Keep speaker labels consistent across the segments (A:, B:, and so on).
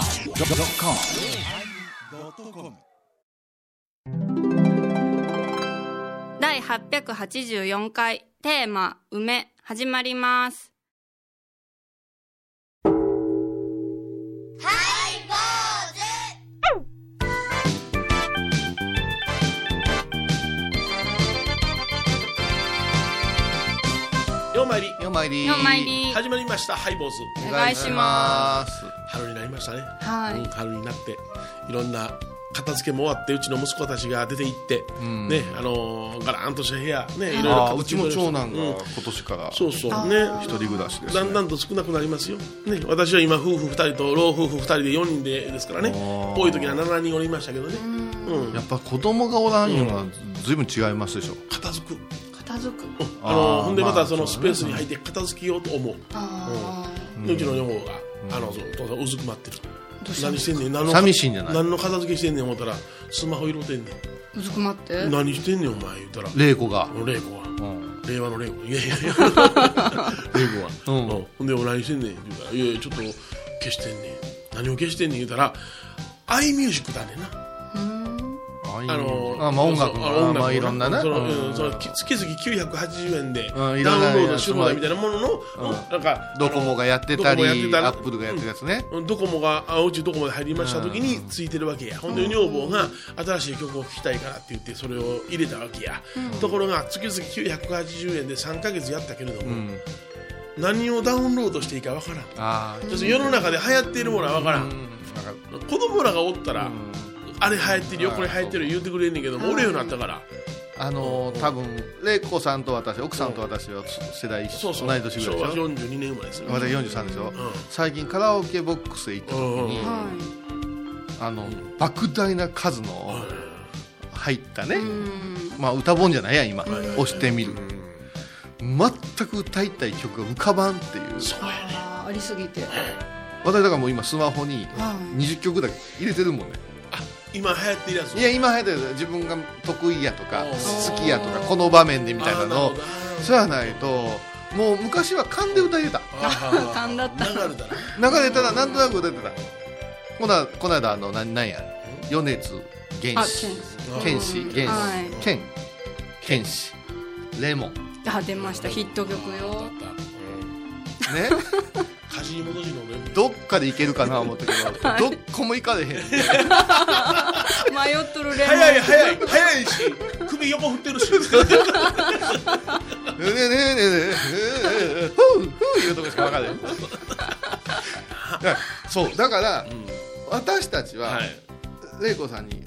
A: yosmir
B: 第884回テーマ「梅」始まります
C: ようまいり
D: よまいり
B: ようまいり
C: 始まりましたハイボーズ
B: お願いします
C: 春になりましたね、
B: すは
C: うん
B: い
C: 春になっていろんな片付けも終わってうちの息子たちが出て行って、ねあのーガラーンとした部屋ねいろいろ
D: ああ
C: 片
D: う
C: 付
D: ち
C: け
D: も
C: 取れ
D: 長
C: ました
D: 男が
C: うん
D: 今年から
C: そうそうね
D: 一人暮らしです
C: だんだんと少なくなりますよ、ね、私は今夫婦2人と老夫婦2人で4人でですからね
D: あー
C: 多い時は7人おりましたけどね、うん
D: やっぱ子供がおらんいうのはずいぶん違いますでしょ
C: 片付く
B: 片付く
C: あの
D: あー
C: ほんでま
D: ま
C: た
D: あ
C: そのスペースに
D: そう
C: 入って片付けようと思う、
B: あ
C: うちの女房が、あのそうお父さんうずくまってる何してんねん何の
D: 寂しいんじゃない
C: 何の片付けしてんねん思ったらスマホ色てんね
B: ーうずくまって
C: ん何してんねんお前言ったら
D: 玲子が
C: 玲子は
D: うん
C: 令和の玲子いやい やいや玲子は、
D: うん
C: うんほんで何してんねんって言うからいやいやちょっと消してんねん何を消してんねん言うたらアイミュージックだねんな
D: あいい
C: あの
D: あまあ音楽
C: そう
D: も
C: そう
D: あ
C: 音楽も
D: まあいろんなね
C: その、
D: うん
C: うんその月々980円でダウ
D: う
C: ン
D: んい
C: ロ
D: ろんな
C: ードし放題みたいなものの、うんなんか
D: ドコモがやってた
C: ド
D: り
C: コモやってたら
D: アップルがやってるやつね
C: ドコモがあうちドコモで入りました時についてるわけや、ほんで女房が新しい曲を聴きたいからって言ってそれを入れたわけや、ところが月々980円で3ヶ月やったけれども、
D: ん
C: 何をダウンロードしていいかわからん、
D: ああ
C: 要するに世の中で流行っているものはわから、
D: うんんなんか
C: 子供らがおったら、
D: うん
C: あれ流行ってるよ
D: うん
C: これ流行ってるよ言ってくれんねんけども、俺ようになったから、
D: あのー多分玲子さんと私奥さんと私は世代一
C: そ
D: 緒
C: うそう
D: 同い年ぐら
C: 昭
D: いで
C: 和
D: しょ
C: 42年生まれですよ、
D: 私43でしょ
C: ん
D: 最近カラオケボックスへ行った時に
C: うん
B: は
D: あの莫大な数の入ったね、
B: いうん
D: まあ歌本じゃないや今、
C: いはい
D: 押してみる、全く歌いたい曲が浮かばんっていう
C: そうやね
B: あーありすぎて
D: 私だからもう今スマホに
B: はい
D: 20曲だけ入れてるもんね、
C: 今流行ってるやつ
D: いや今流行ってる自分が得意やとか
C: おー
D: 好きやとかこの場面でみ
C: み
D: たいなのそうやないともう昔は勘で歌入れた
B: 勘だった
C: 流れたら
D: 流れたらなんとなく歌ってたこなこの間あのなんなんや米津玄
B: あ
D: 師
C: 剣
D: 剣
B: う
D: 士
B: ん
D: 玄師
B: はい
D: 剣剣士レモン
B: あ出ましたヒット曲よ
D: ね
C: 家事に戻しのね
D: どっかでいけるかな思ったけど、どっこも行かれへん
B: 迷っとるレモン
C: 早い早い早いし 首横振って るし
D: ねえねえねえねえねえねえねえねえねえねえねえねふうふう言うとこしか分からないそうだから、私たちは
C: はい
D: 玲子、さんに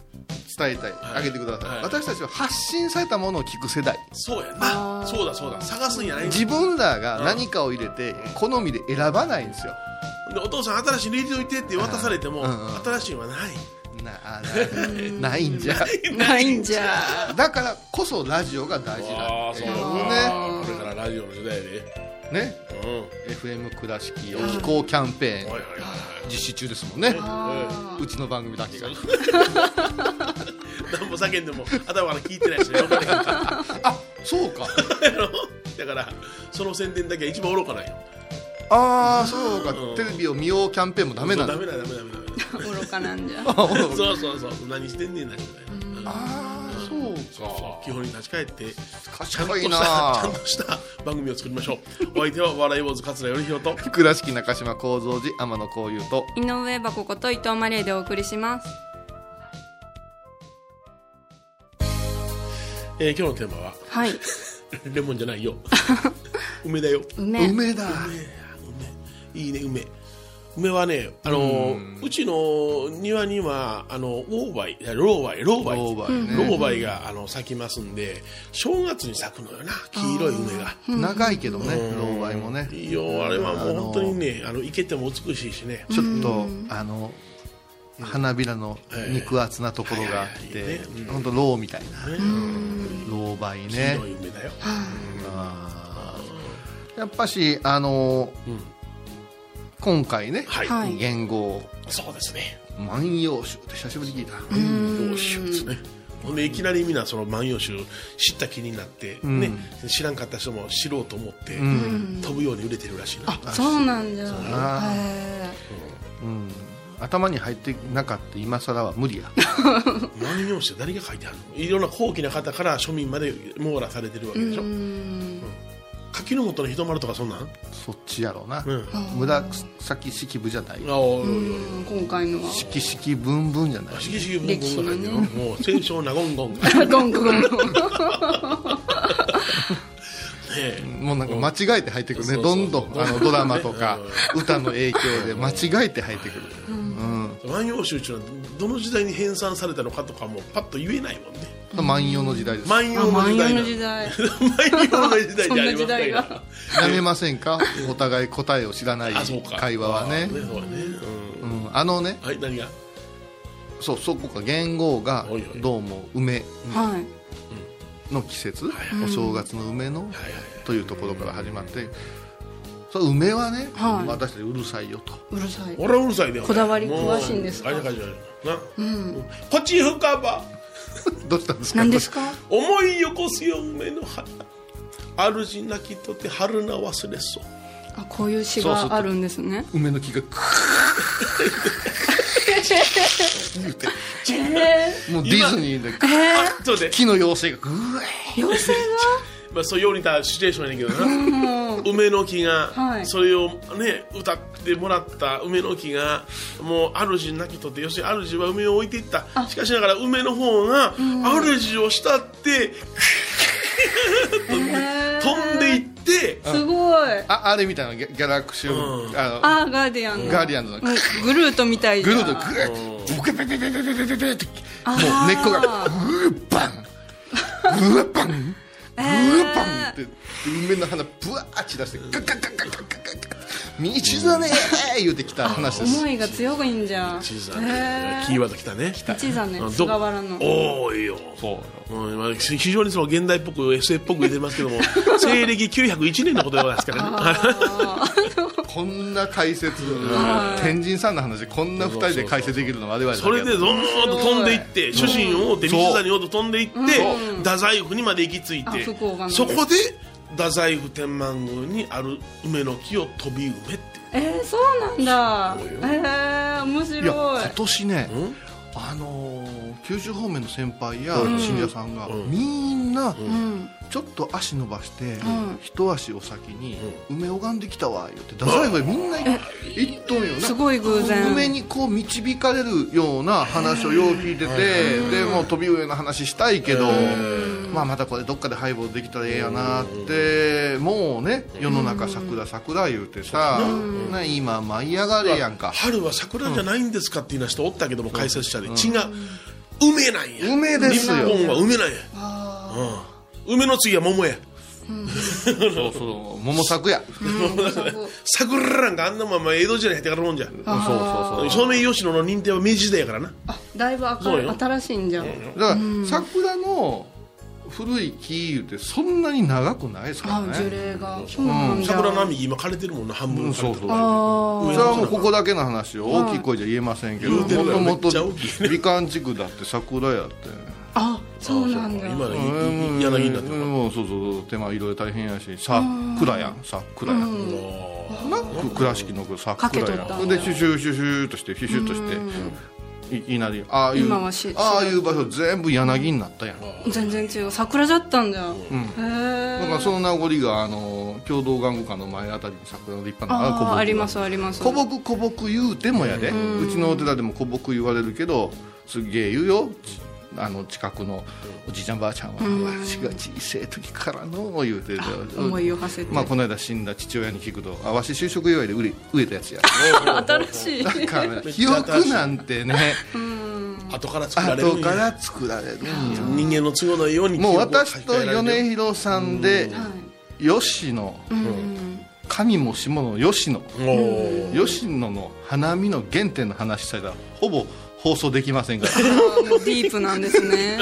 D: 伝えた
C: は
D: い、
C: い
D: あげてください、
C: はい
D: 私たちは発信されたものを聞く世代
C: そうやなそうだそうだ探すんやない
D: 自分らが何かを入れて好みで選ばないんですよ
C: でお父さん新しいの入れといてって渡されても
D: うんうん
C: 新しいのはない
D: なあなないんじゃ
B: ないんじゃ
D: だからこそラジオが大事だってい
C: あー
D: う
C: そう
D: ね
C: これからラジオの時代で
D: ね
C: うん
D: FM 倉敷を気候キャンペー
C: は
D: ン
C: いはいはい
D: 実施中ですもんね
B: あ
D: うちの番組だけが
C: 何も叫んでも頭から聞いてないしねわかんないから
D: あそうか
C: だからその宣伝だけは一番愚かなんよ
D: ああそうか、
C: うん
D: テレビを見ようキャンペーンもダメなんだ
C: ダメだダメだダメだダメだ
B: ー愚かなんじゃ
C: そうそうそう何してんねんなみたいな
D: ああそう
C: 基本に立ち返って
D: か
C: ちゃん
D: 賢
C: と
D: い
C: し
D: な
C: たちゃんとした番組を作りまし ょうお相手は笑い坊主桂頼宏と
D: 倉敷中島幸三寺天野幸雄と
B: 井上箱こと伊藤マレーでお送りします
C: えー今日のテーマは
B: はい
C: レモンじゃ ないよ梅だよ
B: 梅
D: 梅だ
C: 梅いいね梅梅はねあのーうちの庭にはあのオーバイいやローバイローバイ
D: ローバイね
C: ローバイがあの咲きますんで正月に咲くのよな黄色い梅が
D: 長いけどね老害もね
C: いいよあれはもう本当にねあの生けても美しいしね
D: ちょっとあの花びらの肉厚なところがあっ
C: はいはい
D: て
C: はい
D: 本当老みたいな老梅ね
C: 白い梅だよ
D: あーやっぱしあの今回ね
C: はい、
B: はい
D: 言語
C: そうですね
D: 万葉集って久しぶりに聞いた
C: どうしようですねほんでいきなりみんなその「万葉集」知った気になって、ね知らんかった人も知ろうと思って、飛ぶように売れてるらしいな
B: そうなんだ。
D: な
B: へ
D: うん、頭に入ってなかった今更は無 理や
C: 万葉集誰が書いてあるのいろんな高貴な方から庶民まで網羅されてるわけでしょ、
B: ーうん
C: 柿の本の人丸とかそんなん、
D: そっちやろうな、
C: うんあ
D: 紫式部じゃない
C: おいおいおい
B: うん今回のは。
D: 色式文文じゃない
C: しきしき文庫が入ってるのもう戦勝なごんごんがね
B: ゴンゴンゴン。
C: え
D: もうなんか間違えて入ってくるね、
C: そうそう
D: ど
C: そうん
D: どんあのドラマとか歌の影響で間違えて入ってくる、うん
C: 万葉集中はどの時代に編纂されたのかとかもパッと言えないもんね
D: 万葉の時代です
C: 万葉
B: あ
C: の
B: 万
C: 時代
B: 葉
C: な
B: の時代。
C: 万葉の時代じゃあり
B: そ
C: ません
B: んな時代
C: から
B: が
D: やめませんかお互い答えを知らない
C: あそうか
D: 会話は
C: あ
D: ね
C: そうだねう
D: うんんあのね
C: はい何が
D: そうそこか元号が
C: おいおい
D: どうも梅
B: はい。
D: の季節
C: はい
D: お正月の梅の
C: はいはい
D: というところから始まってそう梅はね
B: はい
D: 私たちうるさいよと
B: うるさい。
C: 俺はうるさいで
B: こだわり詳しいんですか
C: あれだからじゃないなうんこっち深場
D: どうしたんですか
B: 何ですか。
C: 思いよこすよ梅の花主なきとて春な忘れそう
B: あ、こういう詩があるんですね。
D: 梅の木がク
B: え
D: ーもうディズニーでクー
C: あちょっと待って
D: 木の妖精がグー
B: え。妖精
C: まあ、そういうように似たシチュエーションやねんけどな梅の木
B: は
C: が
B: い
C: それをね歌ってもらった梅の木がもう主なきとって要するに主は梅を置いていったしかしながら梅の方が主を慕って
B: が。
C: 飛んでいって
B: すごい。
D: ああれみたいなギャギャラクシーを
C: うん
D: あ
B: あー、ガーディアン
D: の
B: の。
D: ガーディアンズの
B: もうグルートみたいじ
D: ぐ
B: ゃん。
D: るっとグーッブケペペペペペペペペってもう根っこがグーバングーバングーバンって梅の花ブワー散らしてガッガッガッガッガッガッガッ道だねー言うてきた話です
B: 思いが強いんじゃん。
C: 地図だ
B: へ
C: ね
B: ー
C: キーワードきたね
B: 一座ね
C: うん、ど
B: 菅原の。
C: 多いようんまあ、非常にその現代っぽく SF っぽく言ってますけ ども西暦901年のことでございますからね
D: こんな解説天神さんの話でこんな二人で解説できるのは我々だけ
C: それでどーんと飛んでいって主心を追って道
D: そう
C: 真に追って飛んでいって太宰府にまで行き着い
B: あ
C: て
B: 福岡の
C: そこで太宰府天満宮にある梅の木を飛び梅って
B: えー、そうなんだ
C: すごいよ。
B: えー、面
D: いや
B: 白い
D: 今。年ね
C: ん
D: あのー九州方面の先輩や信者さんがみんな
B: うん。
D: ちょっと足伸ばして、
B: ん
D: 一足お先に梅拝んできたわ言って太宰府へみんな行行っとんよな
B: すごい偶然
D: 梅にこう導かれるような話をよう聞いててでもう飛び上の話したいけど、まあ、またこれどっかでハイボールできたらええやなってもうね世の中桜桜言うてさ、な今舞い上がれやんか
C: 春は桜じゃないんですかっていうような人おったけども解説者で違う梅なんや
D: 梅ですよ
C: 日本は梅なんやうん梅の次は桃や
D: そうそう桃作やそう
C: 桜なんかあんなまま江戸時代に入ってからのもんじゃ
D: そうそう
C: ソメイヨシノの認定は明治時代やからな
B: あ、だいぶ
C: そ
B: 明
C: う
B: るい
C: よ
B: 新しいんじゃん。
D: だから、桜の古い木言うてそんなに長くないですから
B: あ、樹
D: ね
B: 齢が。そうなんだ。
C: 桜の網今枯れてるもんな半分枯れてる
D: うんそうそう
B: あ
D: それはもうここだけの話を大きい声じゃ言えませんけど
C: 言う
D: も
C: てる
D: と
C: よ
D: もと
C: めっちゃ大きい
D: 美観地区だって桜やって
B: あ、あ、そうなんだ。
C: 今の
D: えー
C: 柳になってる
D: うんもうそうそうそう手間いろいろ大変やし桜やん桜やんな倉敷の
B: かけ
D: 桜
B: とっ
D: や
B: た
D: んでシュシュシュシュとしてシュシュとしていいなりああいう
B: 今はし
D: ああいう場所全部柳になったやん
B: 全然違う。桜だったんだ。へえ。
D: だからその名残があの共同玩具館の前あたりに桜の立派な
B: あ
D: が
B: ー、ありますあります。
D: 古木古木言うてもやで、うちのお寺でも古木言われるけどすっげえ言うよちあの近くのおじいちゃんばあちゃんは、私が小さい時からの言うてる
B: 思いを馳せて。
D: まあこの間死んだ父親に聞くとあわし就職祝いで植え植えた やつや
B: 新しい。
D: だから記憶なんてね
C: 後から作られる
D: 後
C: んや
D: から作られるんや
C: 人間の都合のように
D: もう私と
C: 記憶が書き換えられてる
D: 米広さんで吉野神も下の吉野
C: もう
D: 吉野の花見の原点の話したらほぼ放送できませんか
B: あーもうディープなんです ね。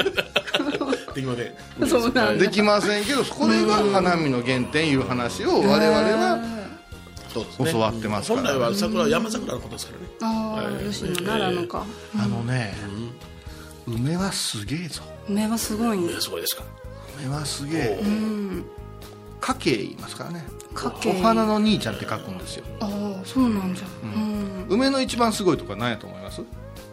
C: できません
B: そうな
D: ら
B: んだ
D: で。きませんけどこれが花見の原点いう話を我々は
C: そうですね
D: 教わってますか
C: 本
D: ら
C: 来は桜は山桜のことですからね
B: ああ、吉野奈良のか。
D: あのね梅はすげえぞ
B: 梅はすごいね
C: え。すごいですか
D: 梅はすげえ家計言いますからね
B: かけ。
D: お花。の兄ちゃんって書くんですよ
B: ああ、そうなんじゃ。うん。
D: 梅の一番すごいとこは何やと思います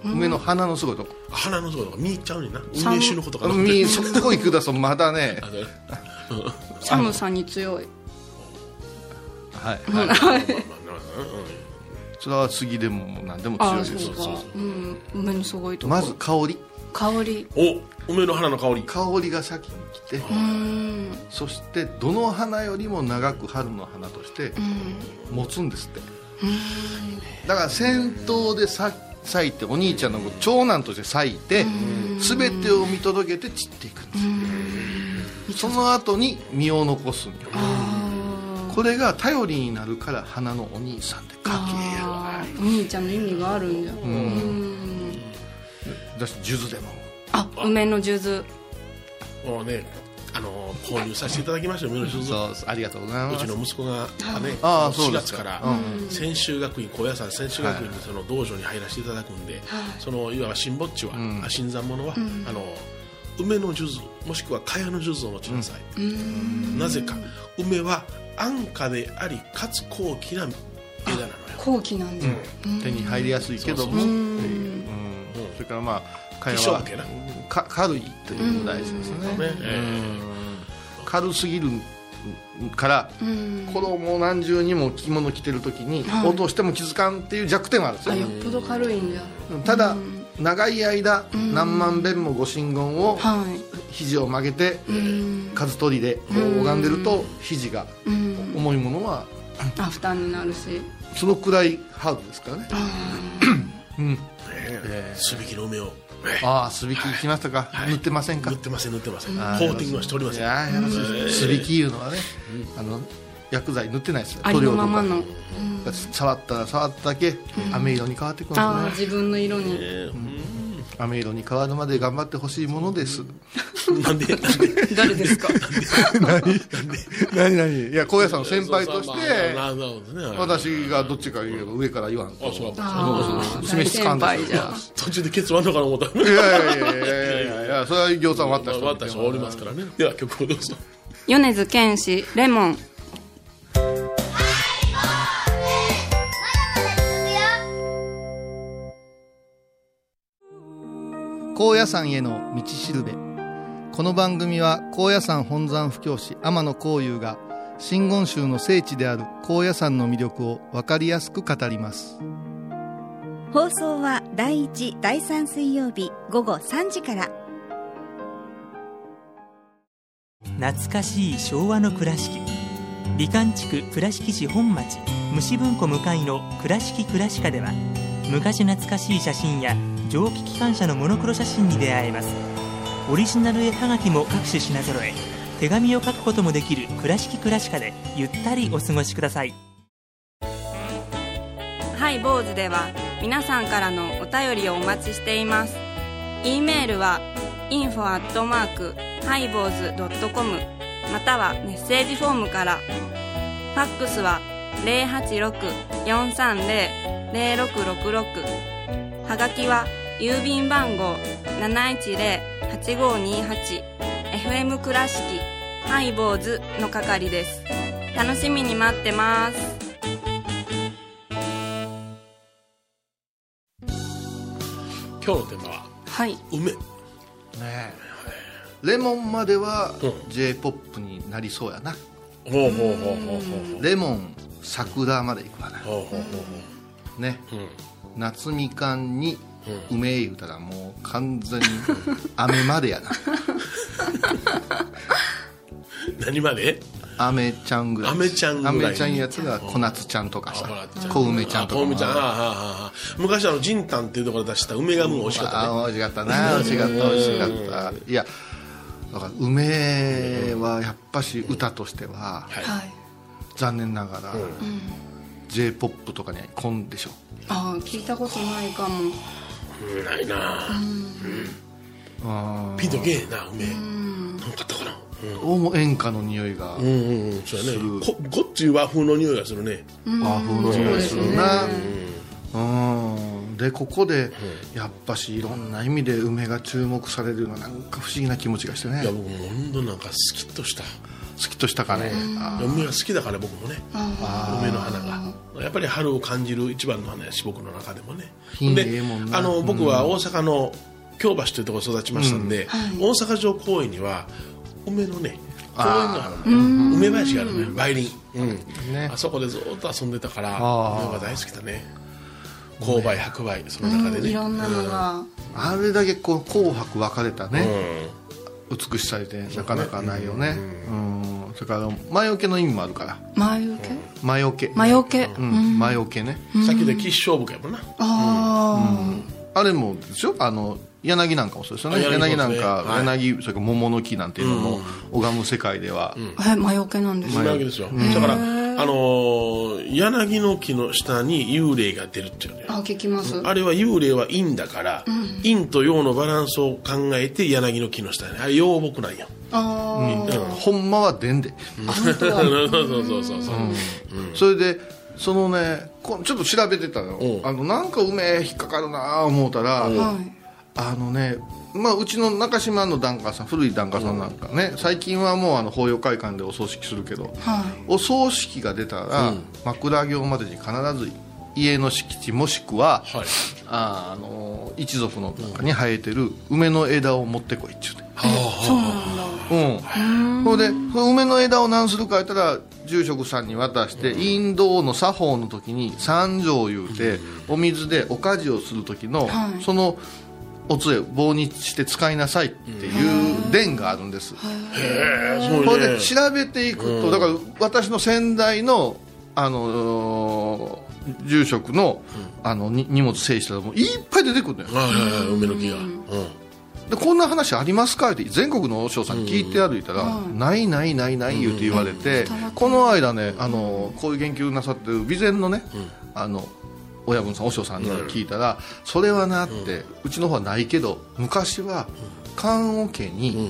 D: 梅の花のすごいとこ
C: 花のとことか見入っちゃうねんな梅酒のことかな
D: みそこ行くだとまだね
C: あの
B: 寒さに強い。
D: はい、はい、
C: まあまあうんうん
D: それは杉でももう何でも
B: あ
D: 強
B: あ、
D: い
B: そ
D: で
B: う
D: す
B: か。うん。梅のすごいとこ。
D: まず香り
B: 香り。
C: お梅の花の香り
D: 香りが先に来て
B: うん。
D: そしてどの花よりも長く春の花として持つんですってだから先頭でさ咲いてお兄ちゃんの長男として咲いて全てを見届けて散っていくんですその後に実を残すんよこれが頼りになるから花のお兄さんって書けよ
B: ああ、お兄ちゃんの意味があるんじゃ。うん。
D: だし数珠でも
B: あ、梅の数珠。
C: もうねあの購入させていただきましたよ梅の酒造
D: そうありがとうございうま
C: ち
D: す
C: の息子がね
D: あー
C: 4
D: そうで
C: 月
D: す
C: か
D: から
C: 専修学院高野山専修学院にその道場に入らせていただくんでそのいわば新ぼっちは
D: ん
C: あ新参者はあの梅の数珠もしくは茅の数珠を持ちなさいなぜか梅は安価でありかつ高貴な枝なのよ
B: 後期なんじゃ。
D: 手に入りやすいけども
C: そうそうそう
D: っていううんそれからまあ会話は
C: 化粧だけ
D: か軽いというのが大事ですね
C: ねえ
D: 軽すぎるから
B: うん。
D: 子供何重にも着物着てる時に
B: はい
D: 落としても気づかんっていう弱点はあるんです
B: あ、よ
D: よ
B: っぽど軽いんじゃ。
D: ただ長い間何万遍もご神言を
B: はい。
D: 肘を曲げて
B: うん。
D: 数取りでこう拝んでると肘が
B: うん。
D: 重いものは
B: あ、負担になるし。
D: そのくらいハードですからね
C: えすべきの梅をえ
D: ああすびききましたか塗ってません
C: え
D: か
C: 塗ってません塗ってませんコ
D: あ
C: ーティングはしておりません
D: いやーやらしいですねすりきいうのはね、あの薬剤塗ってないですよ
B: ありのまま
D: 塗料
B: の。
D: とか触ったら触っただけ飴色に変わってくるんです
B: ああ、
D: ね
B: 自分の色に。
C: ええ
D: 飴色に変わるまで頑張ってほしいものです
C: なんでなんで
B: 誰ですか。
D: 何何いや高野山の先輩とし
C: そうそう
D: て
C: まあなるほどね
D: 私がどっちか言えば上から言わんと
C: あそうか
B: ああ、
D: 示しつかんだ
B: 大先輩じゃ。
C: 途中でケツ割んのかな思った
D: いやいやいやいやいやそれは餃子割った人
C: 割った人おりますからねでは曲をどうぞ
B: 米津玄師レモン
A: 高野山への道しるべこの番組は高野山本山布教師天野幸雄が真言宗の聖地である高野山の魅力を分かりやすく語ります
E: 放送は第1、第3水曜日午後3時から。
F: 懐かしい昭和の倉敷美観地区倉敷市本町虫文庫向かいの「倉敷倉歯科」では昔懐かしい写真や蒸気機関車のモノクロ写真に出会えますオリジナル絵はがきも各種品揃え手紙を書くこともできる「倉敷倉歯科」でゆったりお過ごしください
B: ハイボーズでは皆さんからのお便りをお待ちしています e メールは info アットマークハイボーズドットコムまたはメッセージフォームからファックスは086-430-0666はがきは郵便番号 710-8528FM 倉敷ハイボーズの係です楽しみに待ってます
C: 今日のテーマは
B: はい
C: 梅
D: ねレモンまでは
C: うん
D: j p o p になりそうやな
C: ほうほうほうほうほう
D: レモン桜までいくわな
C: ほうほうほう
D: ね
C: ほううん
D: 夏みかんに梅いうたらもう完全に 雨までやな
C: 何まで
D: 雨ちゃんぐらい
C: 雨ちゃんぐらい
D: 雨ちゃんやつが小夏ちゃんとかさ
C: あ
D: 小梅ちゃんとか
C: あ小梅ちゃんああああああ昔あのジンタンっていうところで出した梅がもう美味しかったね
D: あ美味しかったな美味しかった美味しかったいやだから梅はやっぱし歌としては
C: はい
B: はい
D: 残念ながら j p o p とかにはこんでしょ
B: ああ聞いたことないかも
C: うんないな
D: あ
C: ピンとけえな梅なんかあったかな
D: ーどうも演歌の匂いが
C: うんうんうんそうやね
D: る
C: こごっつい和風の匂いがするね
D: 和風の匂いするなうんでここでやっぱしいろんな意味で梅が注目されるのはなんか不思議な気持ちがしてね
C: いや僕も本当なんかスキッとした
D: 好きとしたかねあ
C: 梅が好きだから僕もね梅の花がやっぱり春を感じる一番の花やし僕の中でもね
D: 品
C: で
D: ええもんな
C: あの僕は大阪の京橋というところ育ちましたんで、大阪城公園には梅のね公園があるのよ梅林があるのよ梅林、うん
D: ね
C: あそこでずっと遊んでたから
D: あー
C: 梅が大好きだね勾配白梅その中でね
B: いろんなのが
D: あれだけこう紅白分かれたね、美しさでなかなかないよねうん、それから魔除けの意味もあるから
B: 前受け
D: 魔除け
B: 魔除け
D: うん、魔除けね、
C: うんさっきで吉祥物やもんな
B: あ
D: あれもでしょあの柳なんかもそうですよね
C: あ柳も
D: 柳な
C: そうんですね
D: か、
C: はい
D: 柳それから桃の木なんていうのも拝む世界では、
B: あえ魔除けなんです
C: そんなわけですよだから、あのー柳の木の下に幽霊が出るっていうね
B: あ聞きます
C: あれは幽霊は陰だから、陰と陽のバランスを考えて柳の木の下にあれ陽木なんよ、
B: あ
C: うん
D: ほんまはでんで、
C: そうそうそうそうそう、
D: それでそのねこちょっと調べてたの、
C: うん
D: あのなんか梅引っかかるなあ思うたら、
B: あはい
D: あのねまあ、うちの中島の檀家さん古い檀家さんなんかね、最近はもうあの法要会館でお葬式するけど、
B: はい
D: お葬式が出たら、枕行までに必ず家の敷地もしくは、
C: はい
D: あーあのー一族の中に生えてる梅の枝を持ってこいっちゅうてうんそれでその梅の枝を何するか言ったら住職さんに渡してインドの作法の時に三条いうてお水でお家事をする時の
B: はい
D: そのお杖棒にして使いなさいっていう伝があるんです
C: えーすごい
D: これ
C: ね
D: で調べていくと、だから私の先代の、あのー住職の,、あのに荷物整理したらもういっぱい出てくるのよ
C: はいはいはい梅の木が、うん
D: でこんな話ありますかって全国の和尚さんに聞いて歩いたら、ないないないない言うて言われて、この間ねあのこういう言及なさってる備前のね、あの親分さん和尚さんに聞いたら、それはなって、うちの方はないけど昔は棺桶に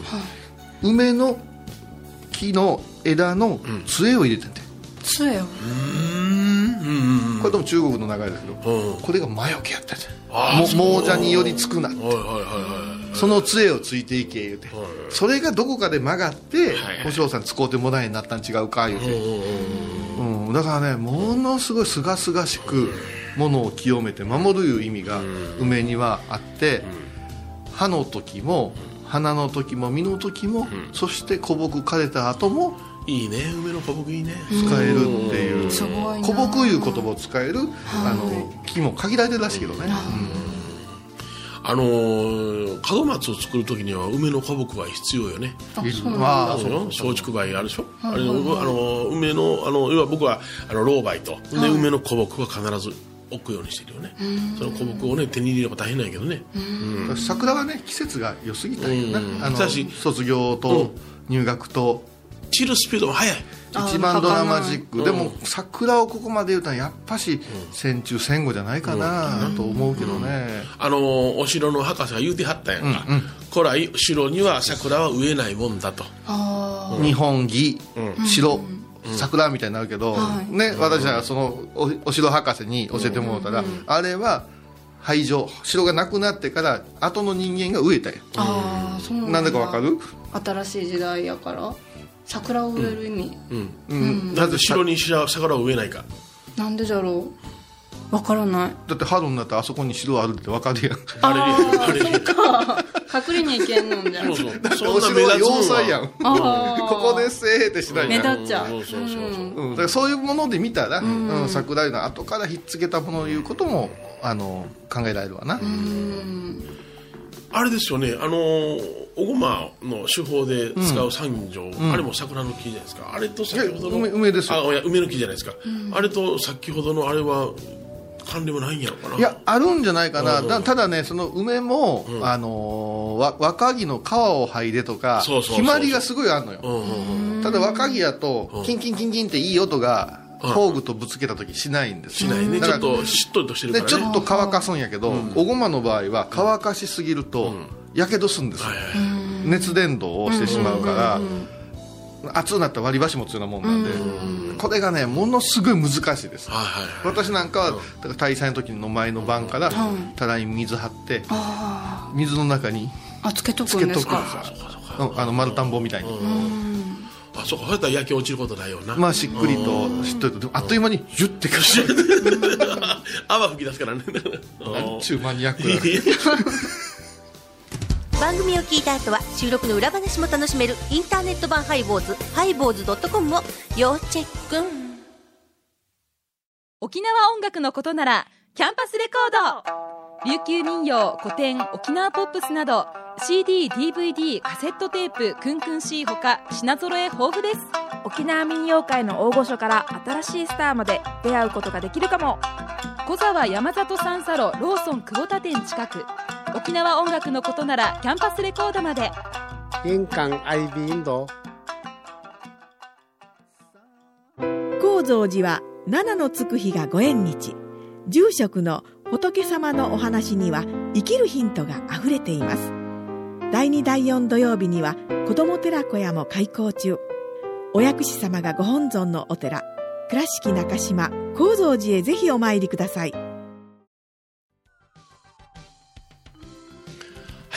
D: 梅の木の枝の杖を入れてて、
B: 杖を
D: これとも中国の流れだけど、
C: うん
D: これが魔除けやったじ
C: あ
D: ゃんも亡者に寄りつくな
C: はいはいはいはい
D: その杖をついていけ言うて、それがどこかで曲がって
C: はい
D: 保証さん使うてもらえになったん違うか言うて、うん、だからねものすごい清々しくものを清めて守るいう意味が梅にはあって歯の時も花の時も実の時も、そして古木枯れた後も
C: いいね梅の小木いいね
D: 使えるっていう、
B: すごいな
D: 古木いう言葉を使える、あの木も限られてるらしいけどね、
C: あのー門松を作る時には梅の花木は必要よね
D: うんまあ
C: そ
D: そうう
C: よ松竹梅あるでしょ、あれあの梅のあの要は僕はあの老梅と、で梅の古木は必ず置くようにしてるよねその古木をね手に入れれば大変なんやけどね
D: 桜はね季節が良すぎたんやな、
C: うん
D: あの
C: だし
D: 卒業と入学と
C: 散るスピードも速い
D: 一番ドラマチックでも桜をここまで言うたらやっぱし戦中戦後じゃないかなと思うけどね、
C: あのお城の博士が言うてはったやんか、古来城には桜は植えないもんだと
B: あ
D: 日本義、城桜みたいになるけど、
B: はい
D: ね、私はそのおお城博士に教えてもらったら、あれは廃城城がなくなってから後の人間が植えたやん
B: あああそうなん
D: なんだかわかる、
B: 新しい時代やから桜を植える意味
D: うん、だ
C: な
D: っ
C: ぜ
D: て
C: 城に桜を植えないか
B: なんでじゃろうわからない
D: だって春になってあそこに城あるってわかるやん
C: あれにあれに
B: 隠れに行けんのんじゃ
C: そうそう
D: お
C: そんな
D: 城
C: 目
D: は
C: 立つ
D: 要
C: もんは
D: 塞やん
B: ああ
D: ここですえーってしない
B: 目
D: やん
B: 立っちゃう
C: そうそうそうそう
D: うんだからそういうもので見たら、うん桜井の後からひっつけたものをいうこともあの考えられるわな、
C: あれですよね、あのー、おごまの手法で使う三条、あれも桜の木じゃないですか、あれと先ほどの
D: いや梅梅ですよ
C: あいや梅の木じゃないですか、あれと先ほどのあれは関連はないんやろかな。
D: いやあるんじゃないかな、だただねその梅も、あのーわ若木の皮を剥いでとか
C: そうそうそう
D: ひまりがすごいあるのよ、
C: うんうんうん、
D: ただ若木やとキンキンキンキンっていい音が工具とぶつけた時しないんです
C: しないね、
D: だ
C: ち
D: か
C: ょっ
D: ら
C: としっとりとしてるか
D: で
C: らね。
D: ちょっと乾かすんやけど、おごまの場合は乾かしすぎるとやけどするんですよ、熱伝導をしてしまうから、熱くなった割り箸持つようなもんなんで、
C: うん
D: これがねものすごい難しいです
C: はいはいはい
D: 私なんかはだから大祭の時の前の晩から
B: うん
D: たらいに水張って
B: あ
D: 水の中に
B: ーあつけと
D: つ
B: く
D: け
B: ん
D: と
B: で
D: くんですすよ
B: か
D: うんあの丸田んぼみたいに、
C: あそうかそうやったら焼き落ちることないよな、
D: まあしっくりとしっとりとでもあっという間にジュッてかし
C: 泡吹き出すからね
D: な んちゅうマニアックだ
G: 番組を聞いた後は収録の裏話も楽しめるインターネット版ハイボーズハイボーズ .com を要チェック
H: 沖縄音楽のことならキャンパスレコード琉球民謡古典沖縄ポップスなど CDDVD カセットテープクンクン C ほか品揃え豊富です
I: 沖縄民謡界の大御所から新しいスターまで出会うことができるかも
H: 小沢山里三佐路ローソン久保田店近く沖縄音楽のことならキャンパスレコードまで
J: 印港 IB インド
K: 高蔵寺は七のつく日がご縁日住職の仏様のお話には生きるヒントがあふれています第2第4土曜日には子ども寺小屋も開校中お薬師様がご本尊のお寺倉敷中島・高蔵寺へぜひお参りください
C: は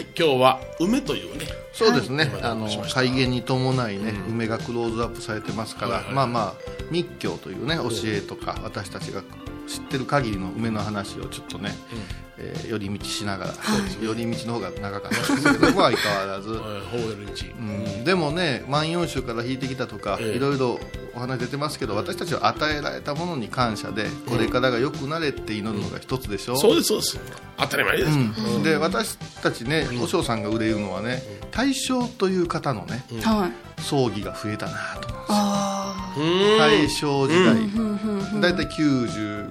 C: い、今日は梅というね、
D: そうですね、
C: はい
D: あの
C: しました
D: 再現に伴いね、
C: うん
D: 梅がクローズアップされてますから、
C: はいはい
D: まあまあ密教というね教えとか私たちが知ってる限りの梅の話をちょっとね、えー寄り道しながら、 寄り道の方が長かったですけどまあ相 変わらず、
C: えー、ホール日
D: うん、でもね「万葉集」から引いてきたとか、
C: ええ
D: いろいろお話出てますけど私たちは与えられたものに感謝でこれからが良くなれって祈るのが一つでしょ、
C: そうですそうです当たり前です、
D: うん、で私たちね和尚さんが憂うのはね大正という方のね
B: はい
D: 葬儀が増えたなと思うんですよ
B: あ
C: うん
D: 大正時代、
B: ーふんふんふん
D: 大体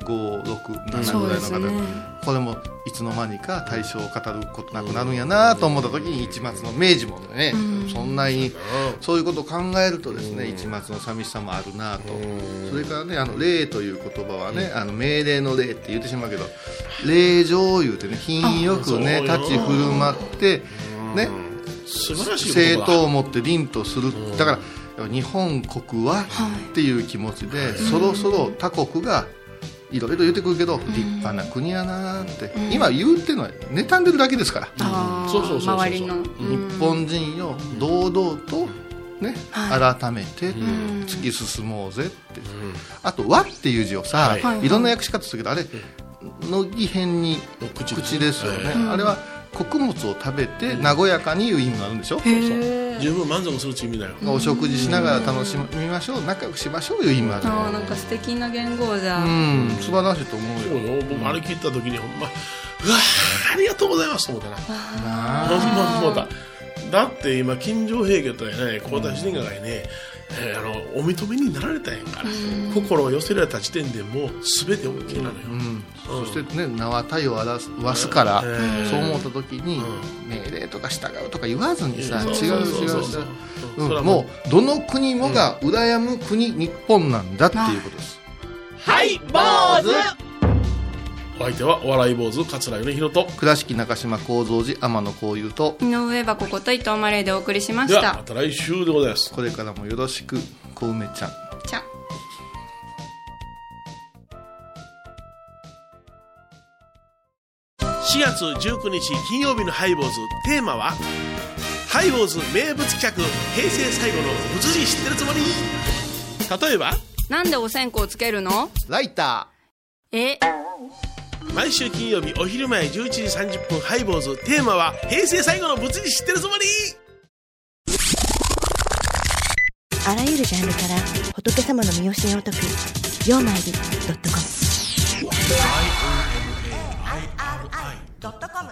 D: 9567
B: そう
D: ぐら
B: で
D: いの
B: す
D: 方、
B: ね
D: これもいつの間にか大正を語ることなくなるんやなと思った時に一末の明治もね、そんなにそういうことを考えるとですね、一末の寂しさもあるなと、それからねあの礼という言葉はね、あの命令の礼って言ってしまうけど礼状言うてね品よくね
C: あそうよ
D: 立ち振る舞ってね
C: 素晴らしい言
D: 政
C: 葉
D: 党を持って凛とするだから日本国はっていう気持ちで、そろそろ他国がいろいろ言ってくるけど、立派な国やなーって、今言うってのは妬んでるだけですから、
B: あー
C: そうそうそうそう
B: 周りの
D: 日本人を堂々と、ね改めて突き進もうぜって、あと「和」っていう字をさ、、
C: はい
D: ろんな訳し方するけどあれ乃木編に
C: 口です
D: 口ですよね、
C: はい
D: あれは穀物を食べて和やかに言う意味があるんでしょ、
C: 十分満足するっていう意味だよ
D: お食事しながら楽しみましょう仲良くしましょうよ今
B: あーなんか素敵な言語じゃ、
D: うん素晴らしいと思
C: そうう
D: よ
C: よ僕あれ聞いた時にほんまうわーありがとうございますと思ったなほ
D: なん
C: まそうだだって今金城平家とやね皇太子殿下がね、えーあのお認めになられたんやから、心を寄せられた時点でもう全て OK なのよ、
D: うんそしてね名は体を表すから、
C: ええ
D: そう思った時に、命令とか従うとか言わずにさ、
C: うん
D: 違う違う違
C: そうそ
D: う
C: うそうそう
D: うん
C: それはもう
D: もうどの国もが羨む国、日本なんだっていうことです
C: はい坊主お相手はお笑い坊主桂米宏と
D: 倉敷中島幸三寺天野幸雄と
B: 井上箱こと伊藤マレーでお送りしま
C: で
B: し
C: はま
B: た
C: た来週でございます
D: これからもよろしく小梅ちゃん
B: じゃあ
C: 4月19日金曜日のハイボーズテーマはハイボーズ名物企画平成最後の不辻知ってるつもり例えば
B: なんでお線香つけるの
D: ライタ
B: え
C: 毎週金曜日お昼前11時30分ハイボーズテーマは平成最後の不辻知ってるつもり
G: あらゆるジャンルから仏様の身教えを解く「曜マイルドットコム」